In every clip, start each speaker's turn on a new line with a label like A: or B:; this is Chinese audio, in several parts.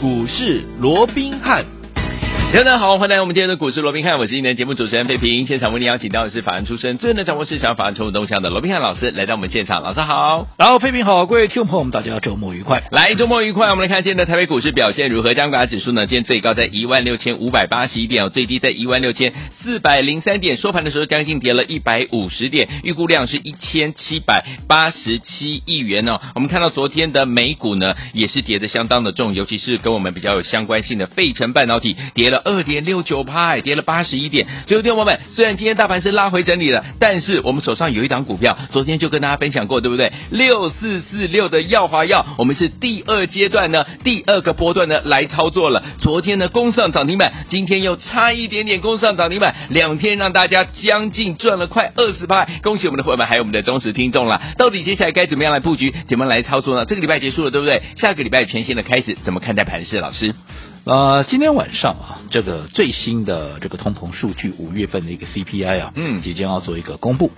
A: 股市罗宾汉。大家好，欢迎来到我们今天的股市罗宾汉，我是今天的节目主持人费平。现场为您邀请到的是法案出身、最能掌握市场法案冲动向的罗宾汉老师来到我们现场，老师好。
B: 然后，飞平好，各位听众朋友们，大家周末愉快。
A: 来，周末愉快！我们来看今天的台北股市表现如何？加权指数呢？今天最高在16,581点哦，最低在16,403点。收盘的时候将近跌了150点，预估量是1,787亿元哦。我们看到昨天的美股呢，也是跌得相当的重，尤其是跟我们比较有相关性的费城半导体跌了2.69趴，跌了81点。所以，听众朋友们，虽然今天大盘是拉回整理了，但是我们手上有一档股票，昨天就跟大家分享过，对不对？六四四六的耀华药，我们是第二阶段呢，第二个波段呢来操作了。昨天呢攻上涨停板，今天又差一点点攻上涨停板，两天让大家将近赚了快二十趴，恭喜我们的伙伴们，还有我们的忠实听众啦！到底接下来该怎么样来布局，怎么来操作呢？这个礼拜结束了，对不对？下个礼拜全新的开始，怎么看待盘势？老师，
B: 呃，今天晚上啊，这个最新的这个通膨数据，五月份的一个 CPI 啊，
A: 嗯
B: 即将要做一个公布。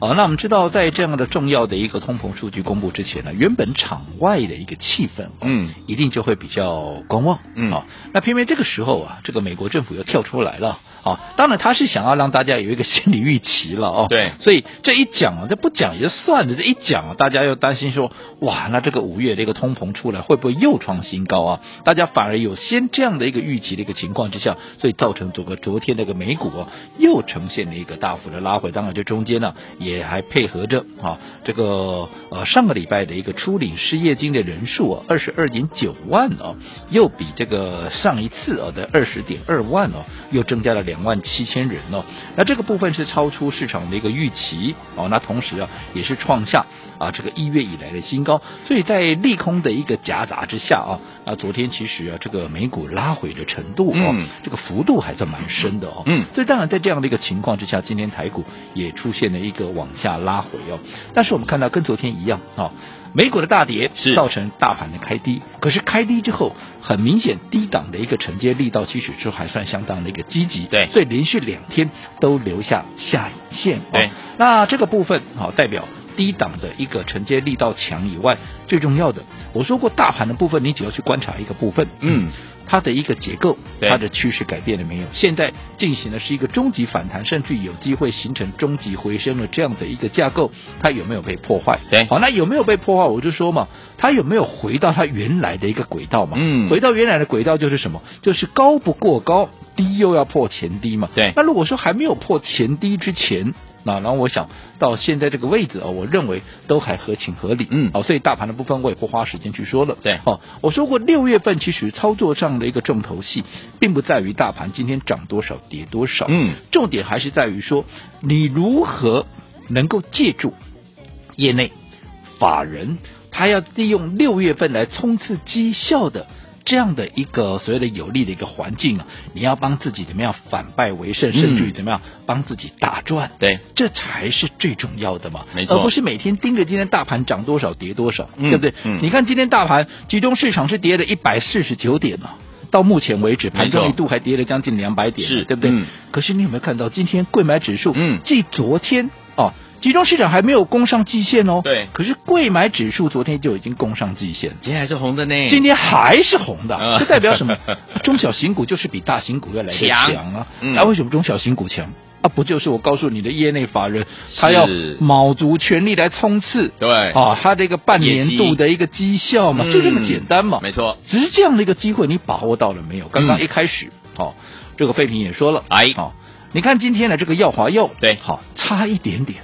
B: 啊，那我们知道，在这样的重要的一个通膨数据公布之前呢，原本场外的一个气氛、啊，
A: 嗯，
B: 一定就会比较观望，
A: 嗯
B: 啊，那偏偏这个时候啊，这个美国政府又跳出来了，啊，当然他是想要让大家有一个心理预期了，哦，
A: 对
B: 所以这一讲啊，这不讲也就算了，这一讲啊，大家又担心说，哇，那这个五月这个通膨出来会不会又创新高啊？大家反而有先这样的一个预期的一个情况之下，所以造成整个昨天那个美股、啊、又呈现了一个大幅的拉回。当然，这中间呢、也还配合着啊这个呃上个礼拜的一个初领失业金的人数啊，二十二点九万哦，又比这个上一次哦的二十点二万哦，又增加了两万七千人哦。那这个部分是超出市场的一个预期哦，那同时啊也是创下啊这个一月以来的新高，所以在利空的一个夹杂之下啊啊，昨天其实啊这个美股拉回的程度哦，
A: 嗯
B: 这个幅度还算蛮深的哦，
A: 嗯
B: 所以当然在这样的一个情况之下，今天台股也出现了一个往下拉回哦，但是我们看到跟昨天一样哦。美股的大跌
A: 是
B: 造成大盘的开低，可是开低之后，很明显低档的一个承接力道，其实是还算相当的一个积极，
A: 对
B: 所以连续两天都留下下影线。
A: 对
B: 哦，那这个部分好、代表。低档的一个承接力道强以外，最重要的，我说过大盘的部分，你只要去观察一个部分，
A: 嗯，
B: 它的一个结构，
A: 对
B: 它的趋势改变了没有？现在进行的是一个中级反弹，甚至有机会形成中级回升的这样的一个架构，它有没有被破坏？
A: 对
B: 好，那有没有被破坏？我就说嘛，它有没有回到它原来的一个轨道嘛？
A: 嗯
B: 回到原来的轨道就是什么？就是高不过高，低又要破前低嘛。
A: 对
B: 那如果说还没有破前低之前。那然后我想到现在这个位置哦，我认为都还合情合理，
A: 嗯
B: 哦，所以大盘的部分我也不花时间去说了，
A: 对
B: 哦，我说过六月份其实操作上的一个重头戏，并不在于大盘今天涨多少跌多少，
A: 嗯，
B: 重点还是在于说你如何能够借助业内法人，他要利用六月份来冲刺绩效的。这样的一个所谓的有利的一个环境啊，你要帮自己怎么样反败为胜，甚至于怎么样帮自己大赚，
A: 嗯对，
B: 这才是最重要的嘛，
A: 没错
B: 而不是每天盯着今天大盘涨多少跌多少，
A: 嗯
B: 对不对？
A: 嗯
B: 你看今天大盘集中市场是跌了一百四十九点嘛。到目前为止，
A: 没
B: 盘
A: 错
B: 中一度还跌了将近两百点，
A: 是
B: 对不对、
A: 嗯
B: 可是你有没有看到今天贵买指数，
A: 嗯
B: 继昨天哦，集中市场还没有攻上季线哦，
A: 对
B: 可是贵买指数昨天就已经攻上季线，
A: 今天还是红的呢，
B: 今天还是红的
A: 啊，
B: 这代表什么？ 中小型股就是比大型股要来的
A: 强
B: 强啊。
A: 嗯
B: 那为什么中小型股强？啊，不就是我告诉你的业内法人，他要
A: 是
B: 卯足全力来冲刺
A: 对，
B: 啊，他这个半年
A: 业绩
B: 度的一个绩效嘛，
A: 嗯
B: 哦就这么简单嘛。
A: 没错，
B: 只是这样的一个机会，你把握到了没有？刚刚
A: 嗯
B: 一开始，哦，这个费平也说了，
A: 哎
B: 哦，你看今天的这个耀华药，
A: 对
B: 好、差一点点，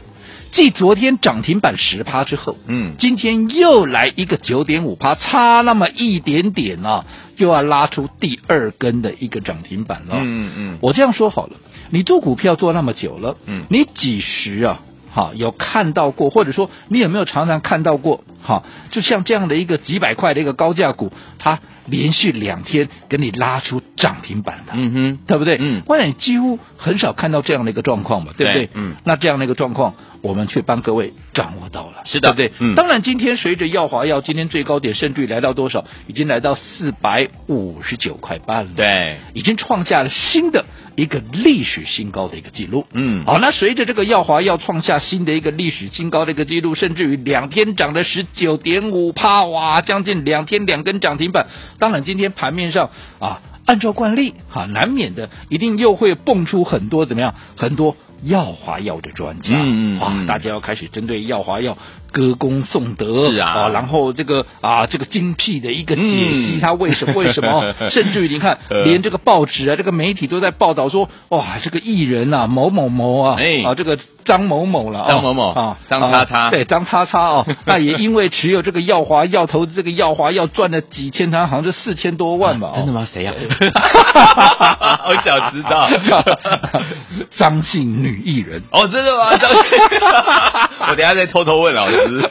B: 继昨天涨停板十趴之后，
A: 嗯，
B: 今天又来一个九点五趴，差那么一点点啊，就要拉出第二根的一个涨停板了。
A: 嗯嗯
B: 我这样说好了，你做股票做那么久了，
A: 嗯
B: 你几时啊？哈，有看到过，或者说你有没有常常看到过？哈，就像这样的一个几百块的一个高价股，它连续两天给你拉出涨停板的，
A: 嗯哼，
B: 对不对？
A: 嗯
B: 我想你几乎很少看到这样的一个状况嘛，对不对？
A: 对嗯，
B: 那这样的一个状况，我们却帮各位掌握到了，
A: 是的
B: 对不对？
A: 嗯
B: 当然，今天随着耀华药今天最高点甚至于来到多少？已经来到四百五十九块半了，，
A: 对，
B: 已经创下了新的一个历史新高的一个记录。
A: 嗯，
B: 好，那随着这个耀华要创下新的一个历史新高的一个记录，甚至于两天涨了十九点五帕，哇，将近两天两根涨停板，当然，今天盘面上啊，按照惯例哈、难免的一定又会蹦出很多怎么样，很多耀华药的专家，
A: 嗯嗯嗯
B: 啊，大家要开始针对耀华药歌功颂德，
A: 是啊
B: 然后这个啊，这个精辟的一个解析
A: 嗯，
B: 它为什么为什 么，甚至于你看，
A: 呃
B: 连这个报纸啊，这个媒体都在报道说，哇，这个艺人啊，某某某啊，
A: 哎
B: 啊，这个张某某了，啊
A: 张某某
B: 啊，
A: 张
B: 啊
A: 叉叉
B: 对，张叉叉 哦，那也因为持有这个耀华药投资这个耀华药赚了几千单，好像是四千多万吧、哦
A: 真 的吗？谁呀、啊？ 我想知道。
B: 张姓女艺人。
A: 哦，真的吗？ 张我等一下再偷偷问 老师。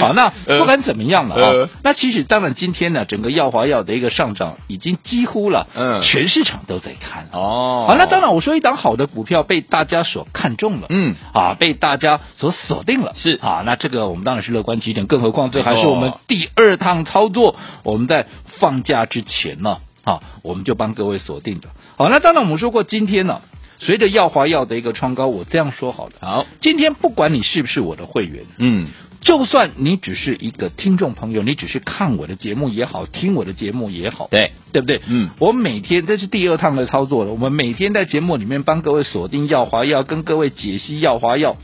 B: 好，那不管怎么样了啊、
A: 呃
B: 那其实当然今天呢，整个耀华药的一个上涨，已经几乎了，
A: 嗯
B: 全市场都在看。
A: 哦，
B: 好，那当然，我说一档好的股票被大家所看中了，
A: 嗯，
B: 啊，被大家所锁定了，
A: 是
B: 啊，那这个我们当然是乐观其成，更何况这还
A: 没
B: 是
A: 错
B: 我们第二趟操作，我们在放假之前呢，啊，我们就帮各位锁定的。好，那当然我们说过，今天呢，随着耀华药的一个创高，我这样说好了，
A: 好，
B: 今天不管你是不是我的会员，
A: 嗯，
B: 就算你只是一个听众朋友，你只是看我的节目也好，听我的节目也好，
A: 对，
B: 对不对？
A: 嗯
B: 我每天这是第二趟的操作了，我们每天在节目里面帮各位锁定耀华药，跟各位解析耀华药。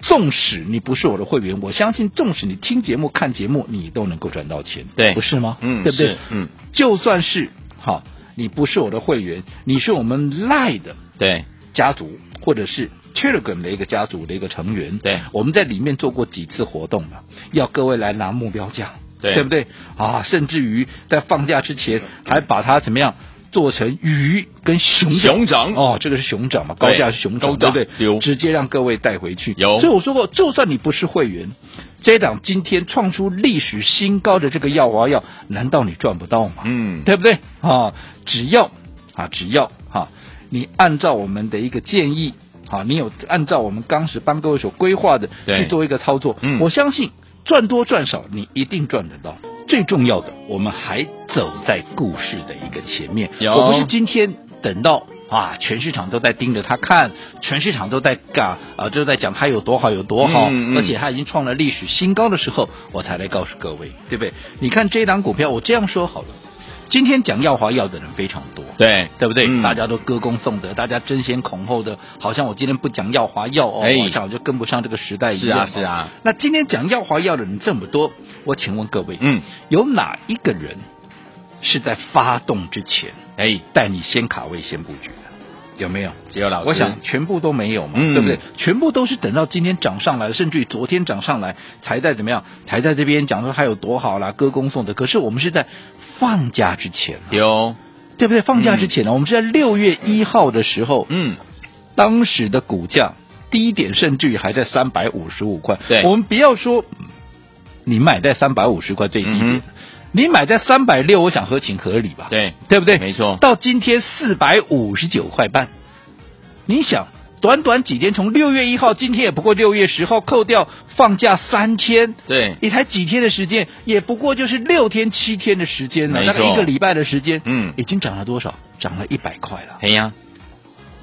B: 纵使你不是我的会员，我相信纵使你听节目、看节目，你都能够赚到钱，
A: 对
B: 不是吗？
A: 嗯
B: 对不
A: 是
B: 对？
A: 嗯，
B: 就算是好，你不是我的会员，你是我们赖的
A: 对，
B: 家族或者是 Telegram 的一个家族的一个成员，
A: 对
B: 我们在里面做过几次活动了，要各位来拿目标价，
A: 对
B: 不对啊？甚至于在放假之前还把它怎么样做成鱼跟熊掌
A: 熊掌
B: 哦，这个是熊掌嘛，高价是熊掌，
A: 高价
B: 对不
A: 有
B: 对？直接让各位带回去。
A: 有
B: 所以我说过，就算你不是会员，这一档今天创出历史新高的这个药华药，难道你赚不到吗？
A: 嗯，
B: 对不对啊？只要啊，只要哈、你按照我们的一个建议，啊，你有按照我们当时帮各位所规划的
A: 对
B: 去做一个操作，
A: 嗯
B: 我相信赚多赚少你一定赚得到。最重要的，我们还走在故事的一个前面，
A: 有
B: 我不是今天等到。啊，全市场都在盯着他看，全市场都在讲啊，就在讲他有多好有多好，
A: 嗯嗯
B: 而且它已经创了历史新高的时候，我才来告诉各位，对不对？你看这一档股票，我这样说好了，今天讲耀华药的人非常多。
A: 对，
B: 对不对？
A: 嗯
B: 大家都歌功颂德，大家争先恐后的，好像我今天不讲耀华药哦，
A: 哎
B: 好像我就跟不上这个时代一
A: 是
B: 样、哦
A: 啊，是。啊，
B: 那今天讲耀华药的人这么多，我请问各位，
A: 嗯，
B: 有哪一个人是在发动之前
A: 哎，
B: 带你先卡位先布局的？有没有？
A: 只有老师，
B: 我想全部都没有嘛，
A: 嗯
B: 对不对？全部都是等到今天涨上来，甚至于昨天涨上来，才在怎么样，才在这边讲说它有多好啦，歌功颂德。可是我们是在放假之前、啊，
A: 丢，
B: 对不对？放假之前呢、我们是在六月一号的时候，
A: 嗯，
B: 当时的股价低点甚至于还在三百五十五块。
A: 对
B: 我们不要说嗯你买在三百五十块最低点，
A: 嗯哼
B: 你买在三百六，我想合情合理吧？
A: 对，
B: 对不对？
A: 没错
B: 到今天四百五十九块半，你想，短短几天，从六月一号，今天也不过六月十号，扣掉放假三天，
A: 对，
B: 也才几天的时间，也不过就是六天七天的时间了，啊
A: 没
B: 大
A: 错
B: 概一个礼拜的时间，
A: 嗯
B: 已经涨了多少？涨了一百块了。
A: 嘿呀，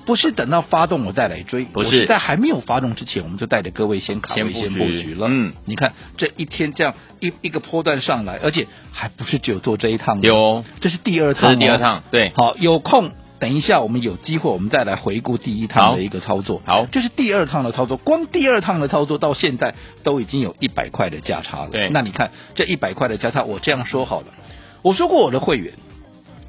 B: 不是等到发动我再来追，
A: 不
B: 我
A: 是
B: 是在还没有发动之前，我们就带着各位先卡
A: 先
B: 位
A: 布
B: 先
A: 局
B: 布局了。
A: 嗯，
B: 你看这一天这样一一个波段上来，而且还不是只有做这一趟哦，
A: 有，
B: 这是第二
A: 这
B: 趟、哦
A: 是第二。趟，对，
B: 好，有空等一下，我们有机会我们再来回顾第一
A: 好
B: 趟的一个操作。
A: 好
B: 这是第二趟的操作，光第二趟的操作到现在都已经有一百块的价差了。
A: 对
B: 那你看这一百块的价差，我这样说好了，我说过我的会员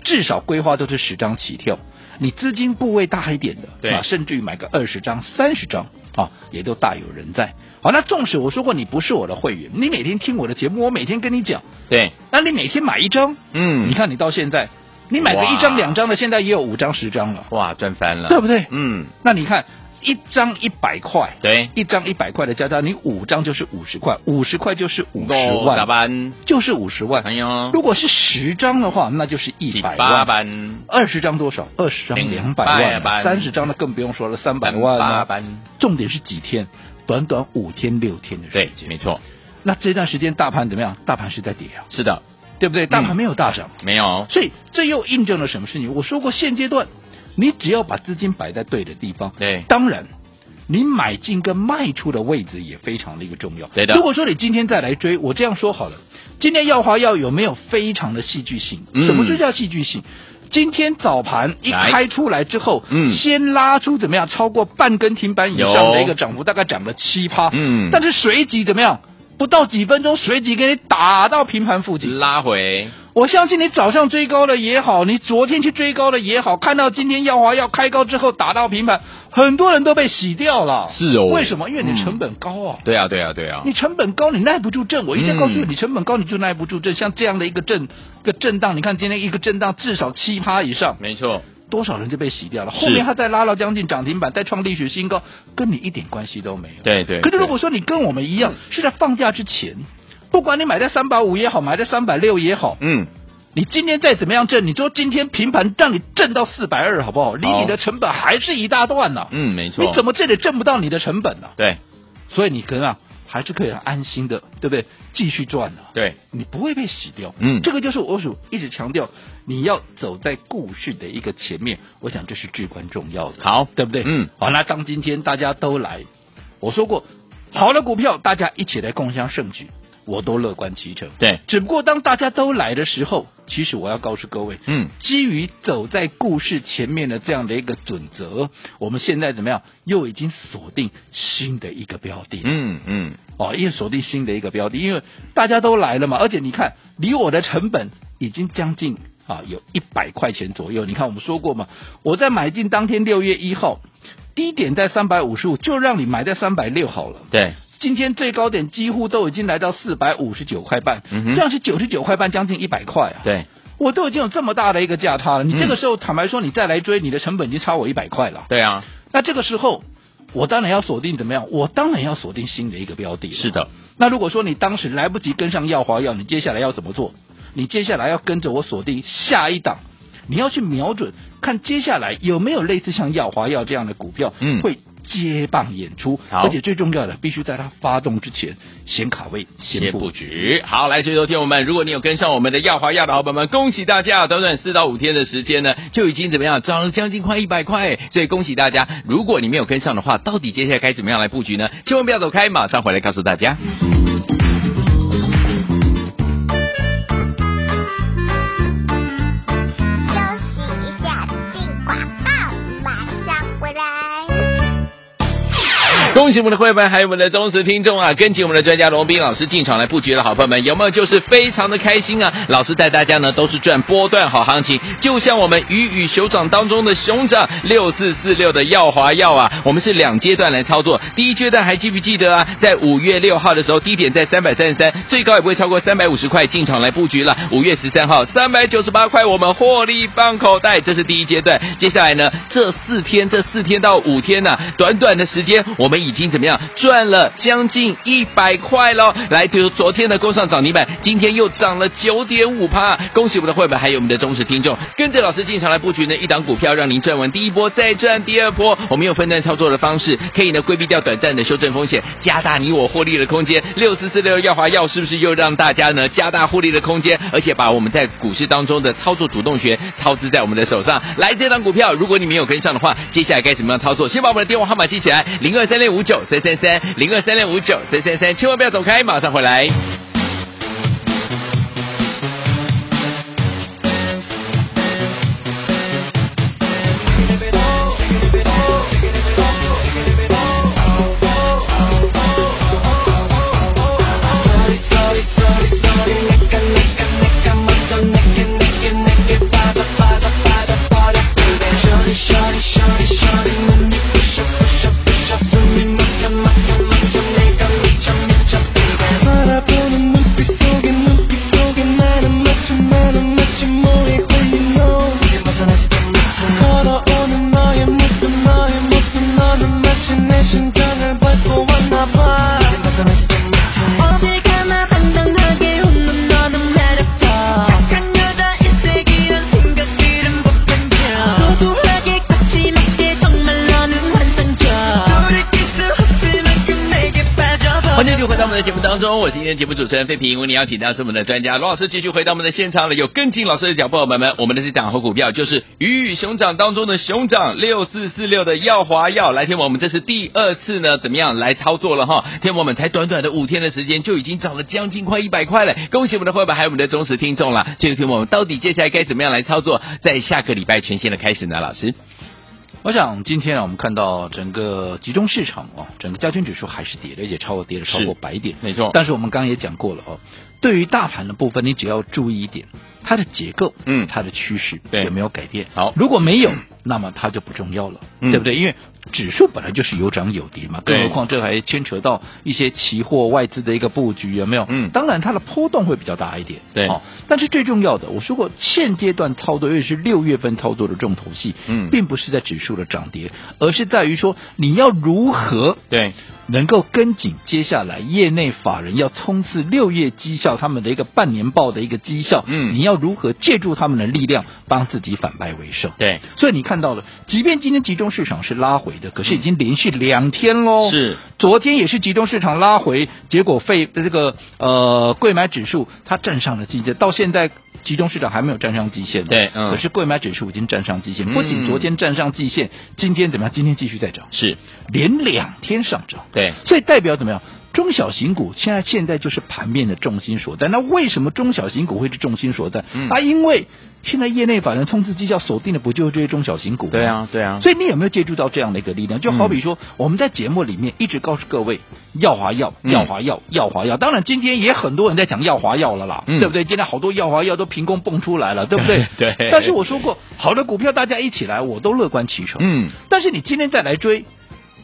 B: 至少规划都是十张起跳，你资金部位大一点的，
A: 对
B: 啊，甚至于买个二十张、三十张啊，也都大有人在。好，那纵使我说过你不是我的会员，你每天听我的节目，我每天跟你讲，
A: 对，
B: 那你每天买一张，
A: 嗯，
B: 你，看你到现在，你买个
A: 哇
B: 一张两张的，现在也有五张十张了，
A: 哇，赚翻了，
B: 对不对？
A: 嗯，
B: 那你看一张一百块，
A: 对，
B: 一张一百块的加加，你五张就是五十块，五十块就是五十
A: 打
B: 万，
A: 班，
B: 就是五十
A: 哎
B: 万。
A: 呦，
B: 如果是十张的话，那就是一
A: 几
B: 百
A: 八
B: 万。
A: 班，
B: 二十张多少？二十张
A: 两
B: 两
A: 百
B: 百
A: 万
B: 万，啊三十张的更不用说了，三百万
A: 八
B: 啊
A: 班，
B: 重点是几天？短短五天六天的时
A: 对
B: 间。，
A: 没错，
B: 那这段时间大盘怎么样？大盘是在跌啊，
A: 是的，
B: 对不对？大
A: 嗯
B: 盘没有大涨。
A: 没有，
B: 所以这又印证了什么事情？我说过，现阶段你只要把资金摆在对的地方，
A: 对，
B: 当然你买进跟卖出的位置也非常的一个重要。
A: 对的
B: 如果说你今天再来追，我这样说好了，今天耀华药有没有非常的戏剧性？
A: 嗯
B: 什么就叫戏剧性？今天早盘一
A: 来
B: 开出来之后，
A: 嗯
B: 先拉出怎么样超过半根停板以上
A: 有
B: 的一个涨幅，大概涨了七趴。
A: 嗯
B: 啊但是随即怎么样？不到几分钟，随即给你打到平盘附近。
A: 拉回，
B: 我相信你早上追高的也好，你昨天去追高的也好，看到今天耀华要开高之后打到平盘，很多人都被洗掉了。
A: 是哦
B: 为什么？因为你
A: 嗯
B: 成本高啊。
A: 对啊，对啊，对啊
B: 你，成本高，你耐不住震。我一直告诉你，
A: 嗯
B: 你成本高，你就耐不住震。像这样的一个震，一个震荡，你看今天一个震荡至少七趴以上，
A: 没错，
B: 多少人就被洗掉了。
A: 是
B: 后面他再拉到将近涨停板，再创历史新高，跟你一点关系都没有。
A: 对对。
B: 可是如果
A: 对
B: 说你跟我们一样，是在放假之前，不管你买在三百五也好，买在三百六也好，
A: 嗯，
B: 你今天再怎么样震，你说今天平盘让你震到四百二好不好？离你的成本还是一大段呢、
A: 嗯，没错。
B: 你怎么这里震不到你的成本呢、
A: 对
B: 所以你可能啊还是可以很安心的，对不对？继续赚的、
A: 对
B: 你不会被洗掉。
A: 嗯
B: 这个就是我所一直强调，你要走在故事的一个前面，我想这是至关重要的。
A: 好
B: 对不对？
A: 嗯，
B: 好，那当今天大家都来，我说过，好的股票大家一起来共襄盛举，我都乐观其成。
A: 对，
B: 只不过当大家都来的时候，其实我要告诉各位，
A: 嗯，
B: 基于走在故事前面的这样的一个准则，我们现在怎么样？又已经锁定新的一个标的，
A: 嗯嗯，
B: 哦，又锁定新的一个标的，因为大家都来了嘛，而且你看，离我的成本已经将近啊有一百块钱左右。你看我们说过嘛，我在买进当天六月一号低点在三百五十五，就让你买在三百六好了。
A: 对，
B: 今天最高点几乎都已经来到四百五十九块半，
A: 嗯哼
B: 这样是九十九块半，将近一百块啊。
A: 对嗯
B: 我都已经有这么大的一个价差了，你这个时候坦白说，你再来追，你的成本已经差我一百块了。
A: 对啊，
B: 那这个时候，我当然要锁定怎么样？我当然要锁定新的一个标的。
A: 是。的，
B: 那如果说你当时来不及跟上耀华药，你接下来要怎么做？你接下来要跟着我锁定下一档，你要去瞄准看接下来有没有类似像耀华药这样的股票，
A: 嗯
B: 会接棒演出，
A: 好
B: 而且最重要的，必须在它发动之前先卡位，
A: 先
B: 先布
A: 布局。好，来，所以说听我们，如果你有跟上我们的耀华亚的好朋友们，恭喜大家！短短四到五天的时间呢，就已经怎么样涨了将近快一百块，所以恭喜大家！如果你没有跟上的话，到底接下来该怎么样来布局呢？千万不要走开，马上回来告诉大家。
C: 休息一下，进广告，马上回来。
A: 恭喜我们的会员，还有我们的忠实听众啊！跟紧我们的专家龙斌老师进场来布局的好朋友们，有没有就是非常的开心啊？老师带大家呢都是赚波段好行情，就像我们鱼与熊掌当中的熊掌六四四六的耀华耀啊，我们是两阶段来操作。第一阶段还记不记得啊？在五月六号的时候，低点在三百三十三，最高也不会超过三百五十块，进场来布局了。五月十三号三百九十八块，我们获利放口袋，这是第一阶段。接下来呢，这四天，这四天到五天呢、短短的时间，我们已经怎么样赚了将近一百块喽？来，比如昨天的工上涨停板，今天又涨了九点五趴，恭喜我们的会员，还有我们的忠实听众，跟着老师进场来布局呢，一档股票让您赚完第一波，再赚第二波。我们用分段操作的方式，可以呢规避掉短暂的修正风险，加大你我获利的空间。六四四六耀华耀是不是又让大家呢加大获利的空间，而且把我们在股市当中的操作主动权操之在我们的手上？来，这档股票如果你没有跟上的话，接下来该怎么样操作？先把我们的电话号码记起来，零二三六五九三三三，零二三六五九三三三，千万不要走开，马上回来。
D: 바라보는
A: 当中，我是今天节目主持人费平，为您邀请到是我们的专家罗老师继续回到我们的现场了。有跟进老师的脚步，伙伴们，我们的这档好股票就是鱼与熊掌当中的熊掌六四四六的耀华耀。来，天王，我们这是第二次呢，怎么样来操作了哈？天王们才短短的五天的时间就已经涨了将近快一百块了，恭喜我们的伙伴还有我们的忠实听众啦！所以天王，我们到底接下来该怎么样来操作？在下个礼拜全线的开始呢，老师。
B: 我想今天啊，我们看到整个集中市场啊，整个加权指数还是跌的，而且超过跌了超
A: 是
B: 过百点，
A: 没错
B: 哦但是我们刚刚也讲过了哦，对于大盘的部分，你只要注意一点，它的结构，
A: 嗯
B: 它的趋势
A: 对
B: 有没有改变？
A: 好
B: 如果没有，那么它就不重要了，
A: 嗯
B: 对不对？因为指数本来就是有涨有跌嘛，
A: 对
B: 更何况这还牵扯到一些期货外资的一个布局，有没有？
A: 嗯
B: 当然它的波动会比较大一点，
A: 对
B: 哦。但是最重要的，我说过，现阶段操作，尤其是六月份操作的重头戏，
A: 嗯
B: 并不是在指数的涨跌，而是在于说你要如何
A: 对，
B: 能够跟紧接下来业内法人要冲刺六月绩效他们的一个半年报的一个绩效，
A: 嗯
B: 你要如何借助他们的力量帮自己反败为胜？
A: 对，
B: 所以你看到了，即便今天集中市场是拉回的，可是已经连续两天喽。
A: 嗯是，
B: 昨天也是集中市场拉回，结果费这个呃贵买指数它站上了季线，到现在集中市场还没有站上季线。
A: 对嗯
B: 可是贵买指数已经站上季线，不
A: 嗯
B: 仅昨天站上季线，今天怎么样？今天继续再涨，
A: 是，
B: 连两天上涨。
A: 对，
B: 所以代表怎么样？中小型股现在现在就是盘面的重心所在。那为什么中小型股会是重心所在？
A: 嗯
B: 啊，因为现在业内法人冲刺绩效锁定的不就是这些中小型股吗？
A: 对啊，对啊，嗯
B: 所以你有没有借助到这样的一个力量？就好比说，我们在节目里面一直告诉各位，耀华药，
A: 嗯
B: 耀华药，耀华药。当然，今天也很多人在讲耀华药了啦，
A: 嗯？
B: 对不对？今天好多耀华药都凭空蹦出来了，对不对
A: 对
B: 但是我说过，好的股票大家一起来，我都乐观其成。
A: 嗯，
B: 但是你今天再来追，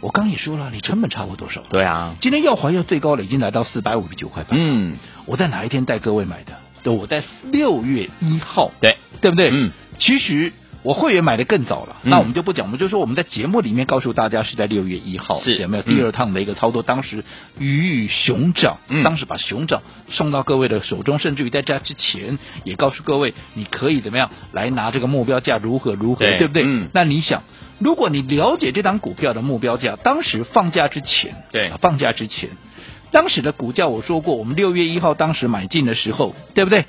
B: 我刚也说了，你成本差过多少？
A: 对啊，
B: 今天耀华药最高了，已经来到四百五十九块八。
A: 嗯，
B: 我在哪一天带各位买的？对，我在六月一号，
A: 对，
B: 对不对？
A: 嗯，
B: 其实我会员买的更早了，
A: 嗯
B: 那我们就不讲，我们就说我们在节目里面告诉大家是在六月一号，
A: 是
B: 有没有
A: 嗯
B: 第二趟的一个操作？当时鱼与熊掌，
A: 嗯
B: 当时把熊掌送到各位的手中，甚至于在这之前也告诉各位，你可以怎么样来拿这个目标价如何如何，
A: 对
B: 不对？
A: 嗯
B: 那你想，如果你了解这档股票的目标价，当时放假之前，
A: 对
B: 啊放假之前。当时的股价我说过，我们六月一号当时买进的时候，对不对？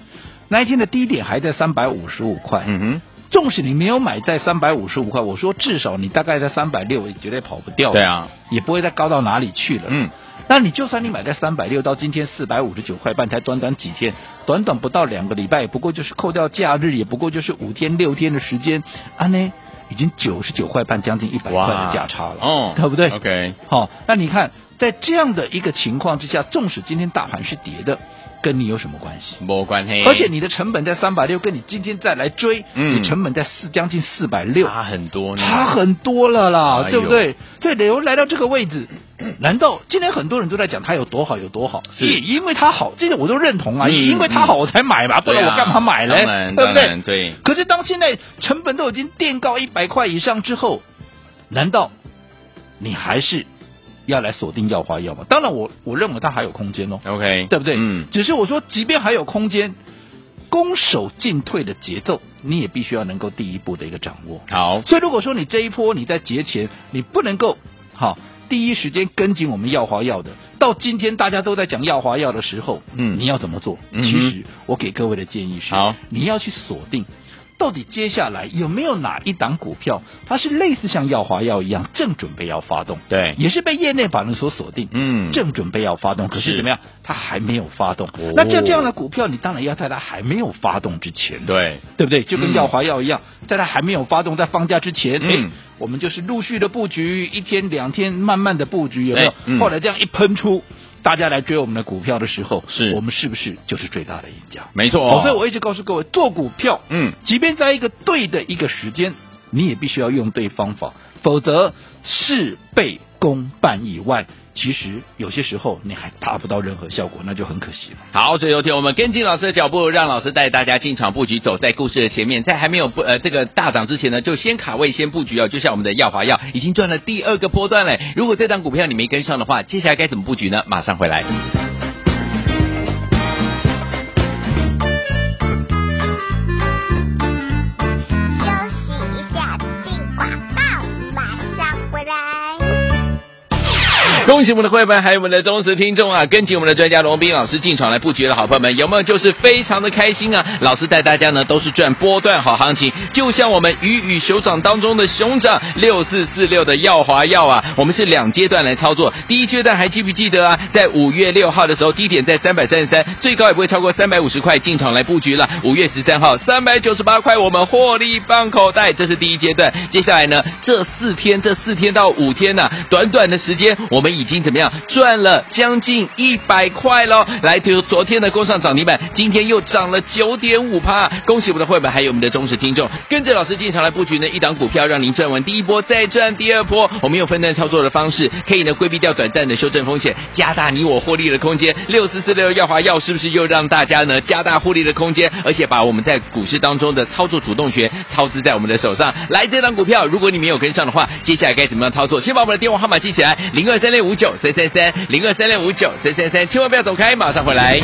B: 那一天的低点还在三百五十五块，
A: 嗯哼，
B: 纵使你没有买在三百五十五块，我说至少你大概在三百六也绝对跑不掉，
A: 对，啊，
B: 也不会再高到哪里去了。
A: 嗯，
B: 那你就算你买在三百六，到今天四百五十九块半，才短短几天，短短不到两个礼拜，也不过就是扣掉假日，也不过就是五天六天的时间，啊呢，已经九十九块半，将近一百块的价差了，
A: 哦，
B: 对不对？
A: ？OK，
B: 好、那你看，在这样的一个情况之下，纵使今天大盘是跌的，跟你有什么关系？
A: 没关系，
B: 而且你的成本在三百六，跟你今天再来追，
A: 嗯
B: 你成本在四将近四百六，
A: 差很多呢，
B: 差很多了啦，
A: 哎呦
B: 对不对？所以理由来到这个位置，难道今天很多人都在讲它有多好有多好？
A: 是
B: 也因为它好，这个我都认同啊，
A: 嗯
B: 也因为它好我才买嘛，不然
A: 对啊
B: 我干嘛买嘞
A: 当？然
B: 对不
A: 当然
B: 对？
A: 对
B: 可是当现在成本都已经垫高一百块以上之后，难道你还是要来锁定耀华药吗？当然我，我认为它还有空间哦。
A: ，OK，
B: 对不对？
A: 嗯，
B: 只是我说，即便还有空间，攻守进退的节奏，你也必须要能够第一步的一个掌握。
A: 好，
B: 所以，如果说你这一波你在节前你不能够好第一时间跟紧我们耀华药的，到今天大家都在讲耀华药的时候，
A: 嗯
B: 你要怎么做？
A: 嗯哼
B: 其实我给各位的建议是，
A: 好，
B: 你要去锁定。到底接下来有没有哪一档股票，它是类似像耀华药一样，正准备要发动，
A: 对，
B: 也是被业内法人所锁定，
A: 嗯，
B: 正准备要发动，可
A: 是
B: 是怎么样？它还没有发动
A: 哦。
B: 那像这样的股票，你当然要在它还没有发动之前，
A: 嗯对，
B: 对不对？就
A: 嗯
B: 跟耀华药一样，在它还没有发动，在放假之前，
A: 嗯
B: 哎、我们就是陆续的布局，一天两天慢慢的布局，有没有
A: 哎？嗯
B: 后来这样一喷出，大家来追我们的股票的时候，
A: 是
B: 我们是不是就是最大的赢家？
A: 没错
B: 好
A: 哦，
B: 所以我一直告诉各位，做股票，
A: 嗯，
B: 即便在一个对的一个时间，你也必须要用对方法，否则事倍功半以外，其实有些时候你还达不到任何效果，那就很可惜了。
A: 好，所以有请我们跟进老师的脚步，让老师带大家进场布局，走在故事的前面，在还没有不呃这个大涨之前呢，就先卡位先布局哦。就像我们的耀华药已经赚了第二个波段嘞，如果这档股票你没跟上的话，接下来该怎么布局呢？马上回来。
C: 休息一下，进广告，马上回来。
A: 恭喜我们的会员还有我们的忠实听众啊！跟紧我们的专家罗斌老师进场来布局的好朋友们，有没有就是非常的开心啊？老师带大家呢都是赚波段好行情，就像我们鱼与熊掌当中的熊掌六四四六的耀华药啊，我们是两阶段来操作。第一阶段还记不记得啊？在五月六号的时候，低点在三百三十三，最高也不会超过三百五十块，进场来布局了。五月十三号三百九十八块，我们获利放口袋，这是第一阶段。接下来呢，这四天，这四天到五天呢、短短的时间，我们已经怎么样赚了将近一百块喽？来，比如昨天的工上涨停板，今天又涨了九点五趴，恭喜我们的会员还有我们的忠实听众，跟着老师进场来布局呢，一档股票让您赚完第一波，再赚第二波。我们用分段操作的方式，可以呢规避掉短暂的修正风险，加大你我获利的空间。六四四六耀华药是不是又让大家呢加大获利的空间，而且把我们在股市当中的操作主动权操之在我们的手上？来，这档股票如果你没有跟上的话，接下来该怎么样操作？先把我们的电话号码记起来，零二三六五九三三三，零二三六五九三三三，千万不要走开，马上回来。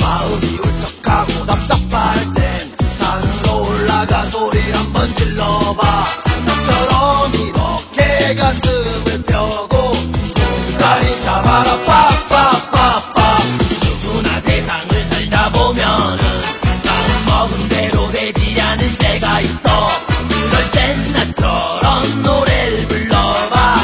D: 마음이 울적하고 답답할 땐 산을 올라가 소리 한번 질러봐 너처럼 이렇게 가슴을 펴고 다리 잡아라 팍팍팍팍 누구나 세상을 살다 보면은 마음 먹은 대로 되지 않을 때가 있어 그럴 땐 나처럼 노래를 불러봐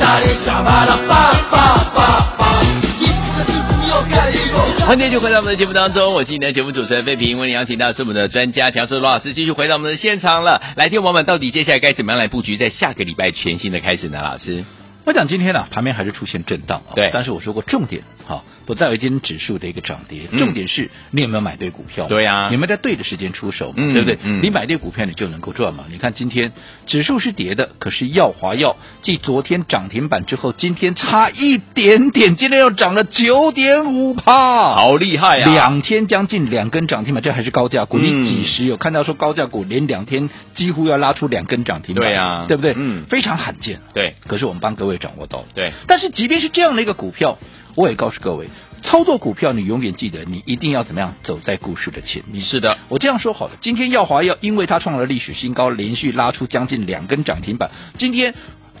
D: 다리 잡아라 팍팍팍팍 입술에 숨겨 깔리고
A: 欢迎继续回到我们的节目当中，我是你的节目主持人费平。为您邀请到是我们的专家调试罗老师，继续回到我们的现场了。来，听我们到底接下来该怎么样来布局，在下个礼拜全新的开始呢？老师，
B: 我讲今天呢、盘面还是出现震荡啊。
A: 对
B: 但是我说过重点哈、不在于今天指数的一个涨跌，
A: 嗯
B: 重点是你有没有买对股票？
A: 对
B: 哦
A: 啊
B: 你有没有在对的时间出手嘛？
A: 嗯
B: 对不对？
A: 嗯
B: 你买对股票，你就能够赚嘛。你看今天指数是跌的，可是耀华药继昨天涨停板之后，今天差一点点，今天又涨了九点五趴。
A: 好厉害啊！
B: 两天将近两根涨停板，这还是高价股。
A: 嗯
B: 你几时有看到说高价股连两天几乎要拉出两根涨停板？
A: 对啊
B: 对不对？
A: 嗯
B: 非常罕见。啊
A: 对
B: 可是我们帮各位掌握到了。
A: 对，
B: 但是即便是这样的一个股票，我也告诉各位，操作股票你永远记得，你一定要怎么样走在故事的前面。
A: 是的，
B: 我这样说好了，今天耀华要因为它创了历史新高，连续拉出将近两根涨停板，今天。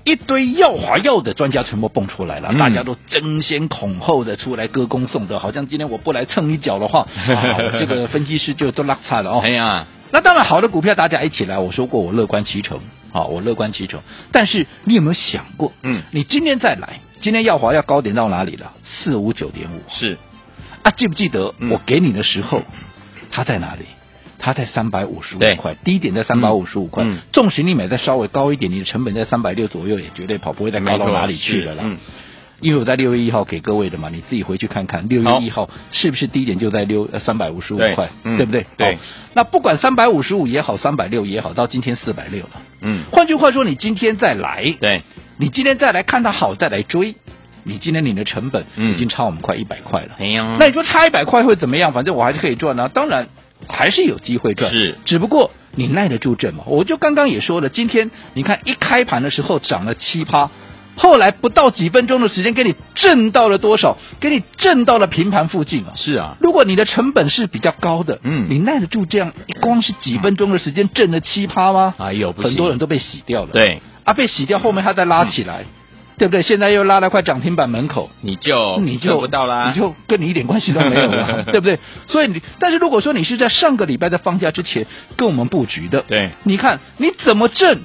B: 一堆耀华药的专家全部蹦出来了，
A: 嗯
B: 大家都争先恐后的出来歌功颂德，好像今天我不来蹭一脚的话，啊我这个分析师就都拉差了哦
A: 哎。呀，
B: 那当然，好的股票大家一起来，我说过我乐观其成，好，我乐观其成。但是你有没有想过，
A: 嗯
B: 你今天再来，今天耀华要高点到哪里了？四五九点五
A: 是
B: 啊，记不记得
A: 嗯
B: 我给你的时候，它在哪里？它在三百五十五
A: 对
B: 块，低点在三百五十五块
A: 嗯。
B: 纵使你买在稍微高一点，你的成本在三百六左右，也绝对跑不会再高
A: 没
B: 到
A: 错
B: 哪里去
A: 是
B: 了啦。
A: 嗯
B: 因为我在六月一号给各位的嘛，你自己回去看看，六
A: 好
B: 月一号是不是低点就在六呃三百五十五
A: 对
B: 块，
A: 嗯
B: 对不对？
A: 对
B: 好。那不管三百五十五也好，三百六也好，到今天四百六了。
A: 嗯，
B: 换句话说，你今天再来，
A: 对，
B: 你今天再来看它好，再来追，你今天你的成本
A: 嗯
B: 已经超我们快一百块了。
A: 哎呀，
B: 那你说差一百块会怎么样？反正我还是可以赚啊，当然还是有机会赚，
A: 是
B: 只不过你耐得住震嘛。我就刚刚也说了，今天你看一开盘的时候涨了七趴。后来不到几分钟的时间，给你震到了多少？给你震到了平盘附近啊！
A: 是啊，
B: 如果你的成本是比较高的，
A: 嗯
B: 你耐得住这样光是几分钟的时间震了七趴吗？
A: 哎呦，不行
B: 很多人都被洗掉了。
A: 对嗯
B: 啊，被洗掉后面他再拉起来，对不对？现在又拉到快涨停板门口，
A: 你就
B: 嗯你就
A: 哦做不到啦，
B: 你就跟你一点关系都没有 了，对不对？所以你，但是如果说你是在上个礼拜在放假之前跟我们布局的，
A: 对，
B: 你看你怎么挣，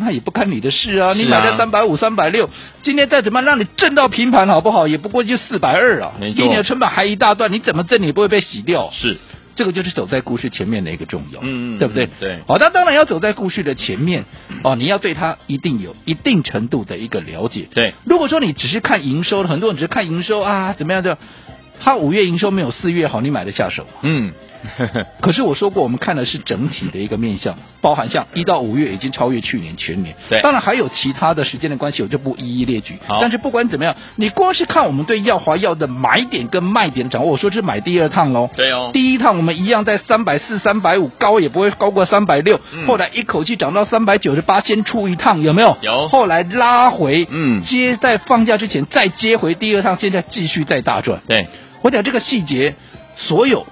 B: 那也不干你的事啊。
A: 是啊
B: 你买在三百五、三百六，今天再怎么样让你挣到平盘好不好？也不过就四百二啊，
A: 没
B: 比
A: 错
B: 你的成本还一大段，你怎么挣你也不会被洗掉？啊
A: 是
B: 这个就是走在故事前面的一个重要，
A: 嗯嗯
B: 对不对
A: 嗯？对
B: 好，那当然要走在故事的前面哦，你要对它一定有一定程度的一个了解。
A: 对，
B: 如果说你只是看营收，很多人只是看营收啊，怎么样的，他五月营收没有四月好，你买得下手吗？
A: 嗯，
B: 可是我说过，我们看的是整体的一个面向，包含像一到五月已经超越去年全年。
A: 对
B: 当然还有其他的时间的关系，我就不一一列举。
A: 好
B: 但是不管怎么样，你光是看我们对耀华药的买点跟卖点的掌握，我说是买第二趟喽。
A: 对哦
B: 第一趟我们一样在三百四、三百五，高也不会高过三百六
A: 嗯。
B: 后来一口气涨到三百九十八，先出一趟，有没有？
A: 有
B: 后来拉回，
A: 嗯
B: 接在放假之前再接回第二趟，现在继续再大赚。
A: 对，
B: 我讲这个细节，所有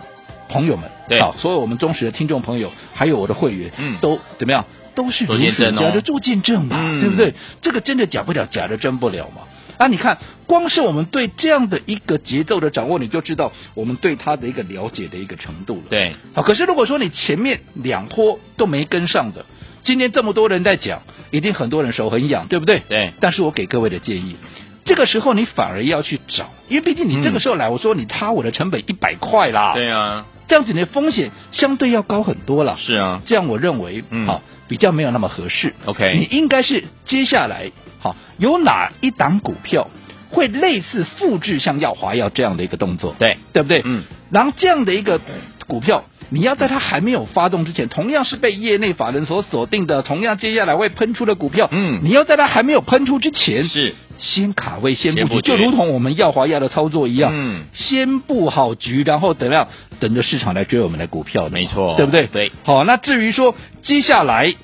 B: 朋友们，
A: 对
B: 好，所有我们忠实的听众朋友，还有我的会员，
A: 嗯
B: 都怎么样？都是
A: 做
B: 如
A: 见
B: 数
A: 证哦
B: 家珍，做见证嘛，
A: 嗯
B: 对不对？这个真的假不了，假的真不了嘛。啊，你看，光是我们对这样的一个节奏的掌握，你就知道我们对它的一个了解的一个程度了。
A: 对，
B: 好，啊可是如果说你前面两波都没跟上的，今天这么多人在讲，一定很多人手很痒，对不对？
A: 对
B: 但是我给各位的建议，这个时候你反而要去找，因为毕竟你这个时候来，我说你差我的成本一百块啦，
A: 对啊，
B: 这样子你的风险相对要高很多啦。
A: 是啊，
B: 这样我认为，
A: 嗯
B: 好，比较没有那么合适。
A: OK
B: 你应该是接下来，好，有哪一档股票会类似复制像耀华药这样的一个动作？
A: 对，
B: 对不对？
A: 嗯。
B: 然后这样的一个股票，你要在它还没有发动之前，同样是被业内法人所锁定的，同样接下来会喷出的股票，
A: 嗯
B: 你要在它还没有喷出之前，
A: 是
B: 先卡位、先
A: 先
B: 布
A: 布
B: 局，
A: 局
B: 就如同我们耀华亚的操作一样，
A: 嗯
B: 先布好局，然后怎么样，等着市场来追我们的股票的嘛，
A: 没错
B: 对不对？
A: 对。
B: 好，那至于说接下来。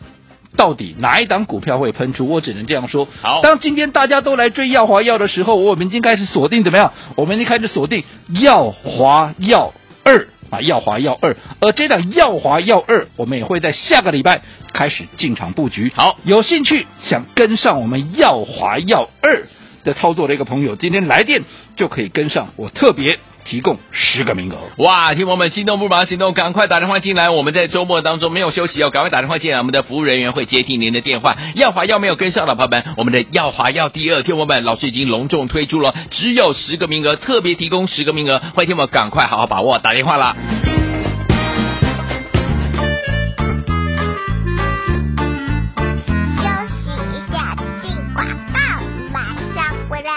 B: 到底哪一档股票会喷出？我只能这样说。
A: 好
B: 当今天大家都来追耀华药的时候，我们已经开始锁定怎么样？我们已经开始锁定耀华药二啊，耀华药二。而这档耀华药二，我们也会在下个礼拜开始进场布局。
A: 好
B: 有兴趣想跟上我们耀华耀二的操作的一个朋友，今天来电就可以跟上，我特别提供十个名额。
A: 哇，听众朋友们，心动不如马上行动，赶快打电话进来。我们在周末当中没有休息哦，赶快打电话进来，我们的服务人员会接听您的电话。耀华药没有跟上的朋友们，我们的耀华药第二，听众朋友们，老师已经隆重推出了，只有十个名额，特别提供十个名额，欢迎听众朋友们赶快好好把握，打电话啦。
C: 休息一下，进广告，马上回来。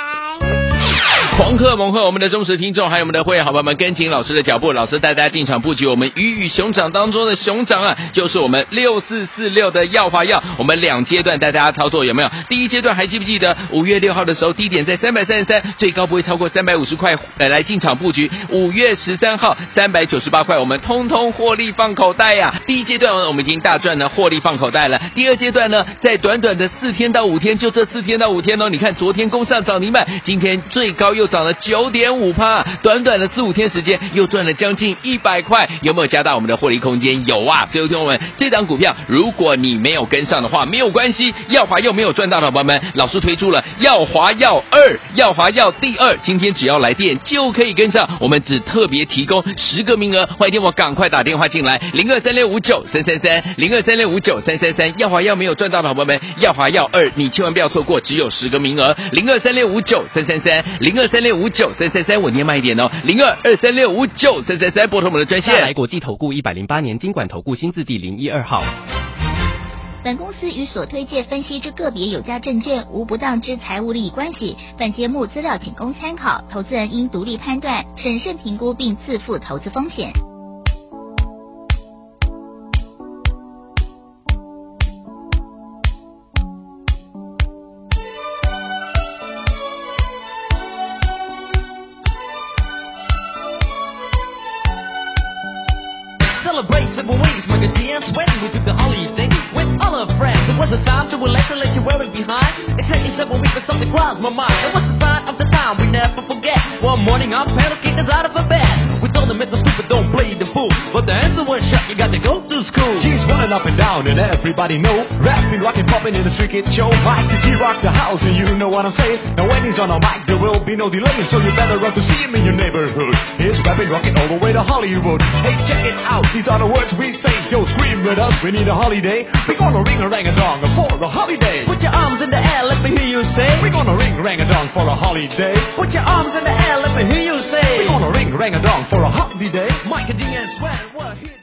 A: 狂贺猛贺我们的忠实听众，还有我们的会员好朋友们，跟紧老师的脚步，老师带大家进场布局我们鱼与熊掌当中的熊掌啊，就是我们六四四六的耀华药。我们两阶段带大家操作有没有？第一阶段还记不记得五月六号的时候，低点在三百三十三，最高不会超过三百五十块，呃，来进场布局。五月十三号三百九十八块，我们通通获利放口袋啊呀、第一阶段我们已经大赚了，获利放口袋了。第二阶段呢，在短短的四天到五天，就这四天到五天哦，你看昨天攻上涨停板，今天最高又涨了九点五趴，短短的四五天时间又赚了将近一百块，有没有加大我们的获利空间？有啊，所以听我们这档股票，如果你没有跟上的话，没有关系，耀华又没有赚到的宝宝们，老师推出了耀华耀二，耀华耀第二，今天只要来电就可以跟上，我们只特别提供十个名额，欢迎听我赶快打电话进来，零二三六五九三三三，零二三六五九三三三，耀华耀没有赚到的宝宝们，耀华耀二，你千万不要错过，只有十个名额，零二三六五九三三三，零二三六五九三三三，我念慢一点哦，零二二三六五九三三三，拨通我们的专
E: 大
A: 线
E: 来。国际投顾一百零八年经管投顾新字第零一二号。
F: 本公司与所推介分析之个别有价证券无不当之财务利益关系。本节目资料仅供参考，投资人应独立判断、审慎评估并自负投资风险。
G: Celebrate several ways, make a dance when we took the holiday with all our friends. It was a time to relax and let you wear it behind. Exactly several weeks, but something crossed my mind. It was the sign of the time we never forget. One morning, our parents kicked us out of our bed. We told them it's a stupid, don't play the fool. But the answer was shut, you got to go to school.
H: G's running up and down and everybody know Rapping, rockin', poppin' in the street kid show Mike the G-Rock the house and you know what I'm saying Now when he's on a mic there will be no delay So you better run to see him in your neighborhood He's rapping, rockin' all the way to Hollywood Hey check it out, these are the words we say Yo scream with us, we need a holiday We gonna ring a rang a dong for a holiday
G: Put your arms in the air, let me hear you say.
H: We gonna ring rang a dong for a holiday
G: Put your arms in the air, let me hear you say.
H: We gonna ring rang a dong for a holiday
G: Mike D and Sven were here.